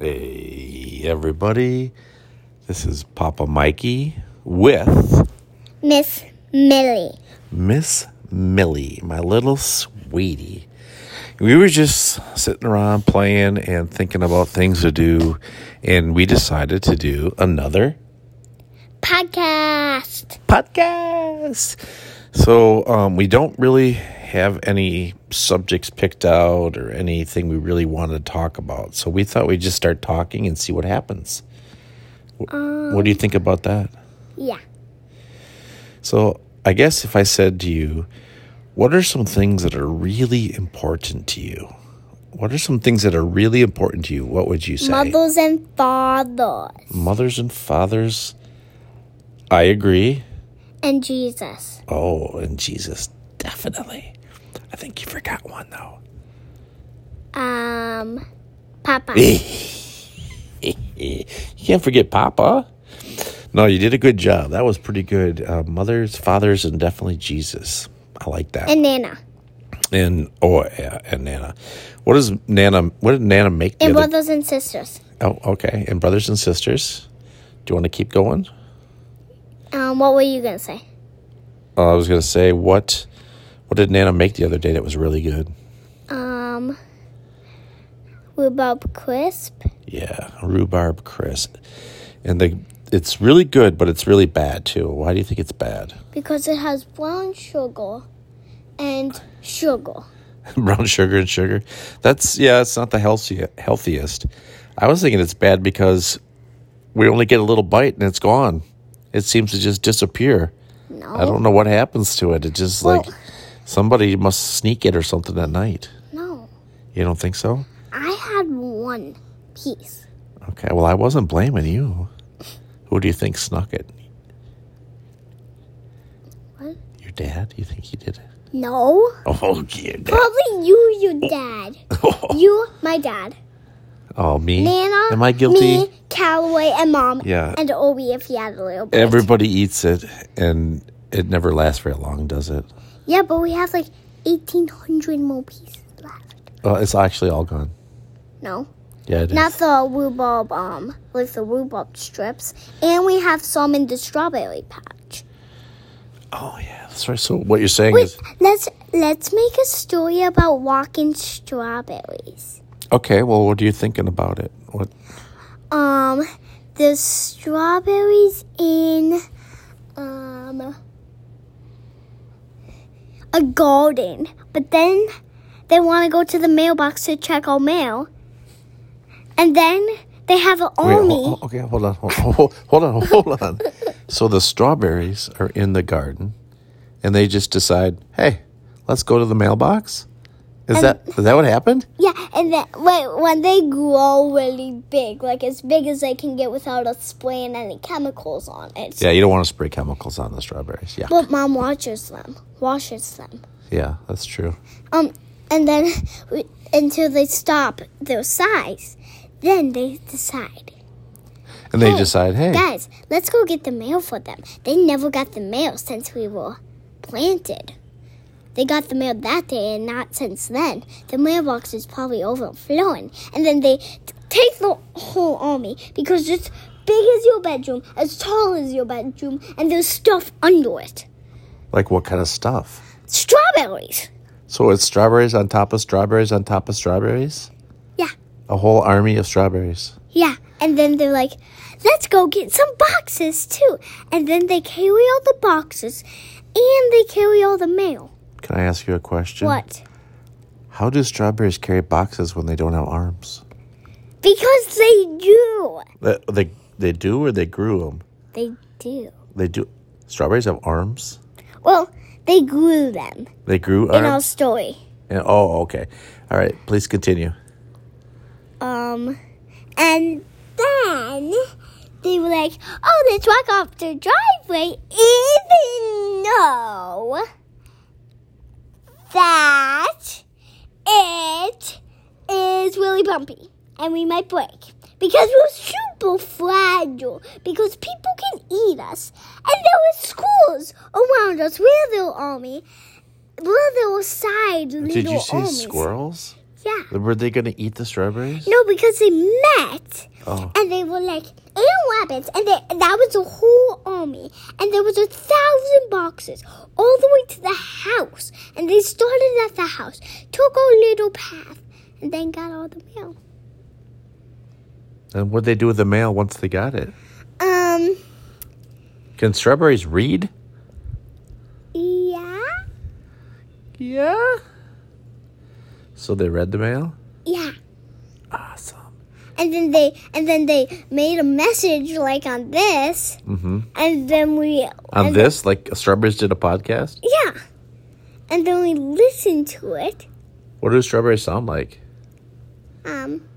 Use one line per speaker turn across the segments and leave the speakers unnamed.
Hey, everybody. This is Papa Mikey with
Miss Millie.
Miss Millie, my little sweetie. We were just sitting around playing and thinking about things to do, and we decided to do another
Podcast.
podcast. So um, we don't really have any subjects picked out or anything we really wanted to talk about. So we thought we'd just start talking and see what happens. Wh- what do you think about that?
Yeah.
So I guess if I said to you, what are some things that are really important to you? What are some things that are really important to you? What would you say?
Mothers and fathers.
Mothers and fathers. I agree.
And Jesus.
Oh, and Jesus, definitely. I think you forgot one though.
Um, Papa.
Eh. you can't forget Papa. No, you did a good job. That was pretty good. Uh, mothers, fathers, and definitely Jesus. I like that.
and Nana.
And oh, yeah, and Nana. What does Nana? What did Nana make? The
And
other,
brothers and sisters.
oh, okay. And brothers and sisters. Do you want to keep going?
Um, what were you going to say?
Uh, I was gonna say what. What did Nana make the other day that was really good?
Um, rhubarb crisp.
Yeah, rhubarb crisp, and the it's really good, but it's really bad too. Why do you think it's bad?
Because it has brown sugar and sugar.
Brown sugar and sugar. That's yeah, it's not the healthy, healthiest. I was thinking it's bad because we only get a little bite and it's gone. It seems to just disappear.
No.
I don't know what happens to it. It just
Well-
like somebody must sneak it or something at night.
No.
You don't think so?
I had one piece.
Okay. Well, I wasn't blaming you. Who do you think snuck it?
What?
Your dad? You think he did it?
No.
Oh, your dad.
Probably you, your dad. you, my dad.
Oh, me?
Nana,
Am I guilty?
Me, Callaway, and Mom.
Yeah.
And Obi if he had a little bit.
Everybody eats it, and it never lasts very long, does it?
yeah, but we have like 1,800 more pieces left.
Well, it's actually all gone.
No.
Yeah, it is.
Not the rhubarb, um, like the rhubarb strips. And we have some in the strawberry patch.
Oh, yeah, that's right. So what you're saying
Wait,
is
let's let's make a story about walking strawberries.
okay. Well, what are you thinking about it? What?
Um, there's strawberries in, um, a garden. But then they want to go to the mailbox to check our mail. And then they have an
Wait,
army.
ho- ho- okay, hold on, hold, hold, hold on, hold on. so the strawberries are in the garden, and they just decide, hey, let's go to the mailbox. Is that is that what happened?
Yeah, and then wait, when they grow really big, like as big as they can get without us spraying any chemicals on it.
Yeah, you don't want to spray chemicals on the strawberries. Yeah,
But mom watches them, washes them.
yeah, that's true.
Um, and then we, until they stop their size, then they decide,
And they
Hey,
decide, hey,
guys, let's go get the mail for them. They never got the mail since we were planted. They got the mail that day and not since then. The mailbox is probably overflowing. And then they t- take the whole army because it's big as your bedroom, as tall as your bedroom, and there's stuff under it.
like what kind of stuff?
Strawberries.
So it's strawberries on top of strawberries on top of strawberries?
Yeah.
A whole army of strawberries.
Yeah, and then they're like, let's go get some boxes too. And then they carry all the boxes and they carry all the mail.
Can I ask you a question?
What?
How do strawberries carry boxes when they don't have arms?
Because they do.
They, they, they do or they grew them?
They do.
They do. Strawberries have arms?
Well, they grew them
They grew
in our
arms?
story.
And, oh, okay. All right, please continue.
Um, and then they were like, oh, let's walk off the driveway, even though that it is really bumpy and we might break because we're super fragile because people can eat us and there were schools around us we're their army we're their side little
Did you say
armies.
squirrels?
Yeah.
Were they going to eat the strawberries?
No, because they met.
Oh.
And they were like eight rabbits, and they, that was a whole army, and there was a thousand boxes all the way to the house, and they started at the house, took a little path, and then got all the mail.
And what'd they do with the mail once they got it?
Um,
Can strawberries read?
yeah,
Yeah. So they read the mail?
yeah.
Awesome.
And then they and then they made a message like on this,
Mm-hmm.
and then we
On
and
this, like strawberries did a podcast?
yeah, and then we listened to it.
What do strawberries sound like?
Um.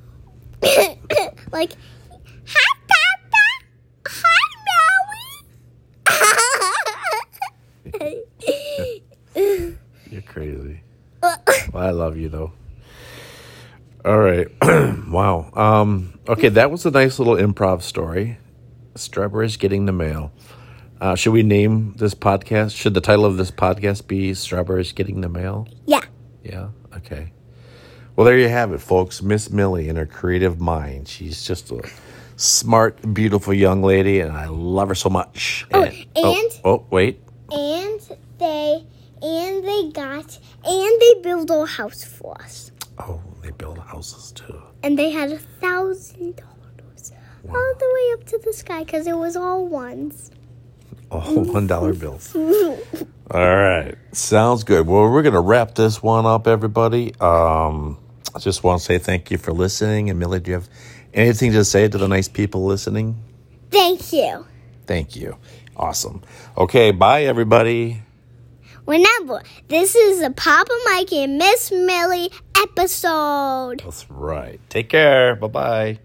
like, hi, Papa. Hi, Maui.
You're crazy.
Uh,
Well, I love you though. All right. wow. Um, okay, that was a nice little improv story. Strawberries getting the mail. Uh, should we name this podcast? Should the title of this podcast be Strawberries Getting the Mail?
yeah.
Yeah. Okay. Well, there you have it, folks. Miss Millie and her creative mind. She's just a smart, beautiful young lady, and I love her so much.
Oh,
oh,
and-
oh, wait.
And they and they got and they built a house for us.
Oh, they build houses too.
And they had a thousand dollars all the way up to the sky because it was all ones.
Oh, one dollar bills. All right, sounds good. Well, we're gonna wrap this one up, everybody. Um, I just want to say thank you for listening. And Millie, do you have anything to say to the nice people listening?
Thank you.
Thank you. Awesome. Okay, bye, everybody.
Remember, this is the Papa Mike and Miss Millie episode.
That's right. Take care. Bye bye.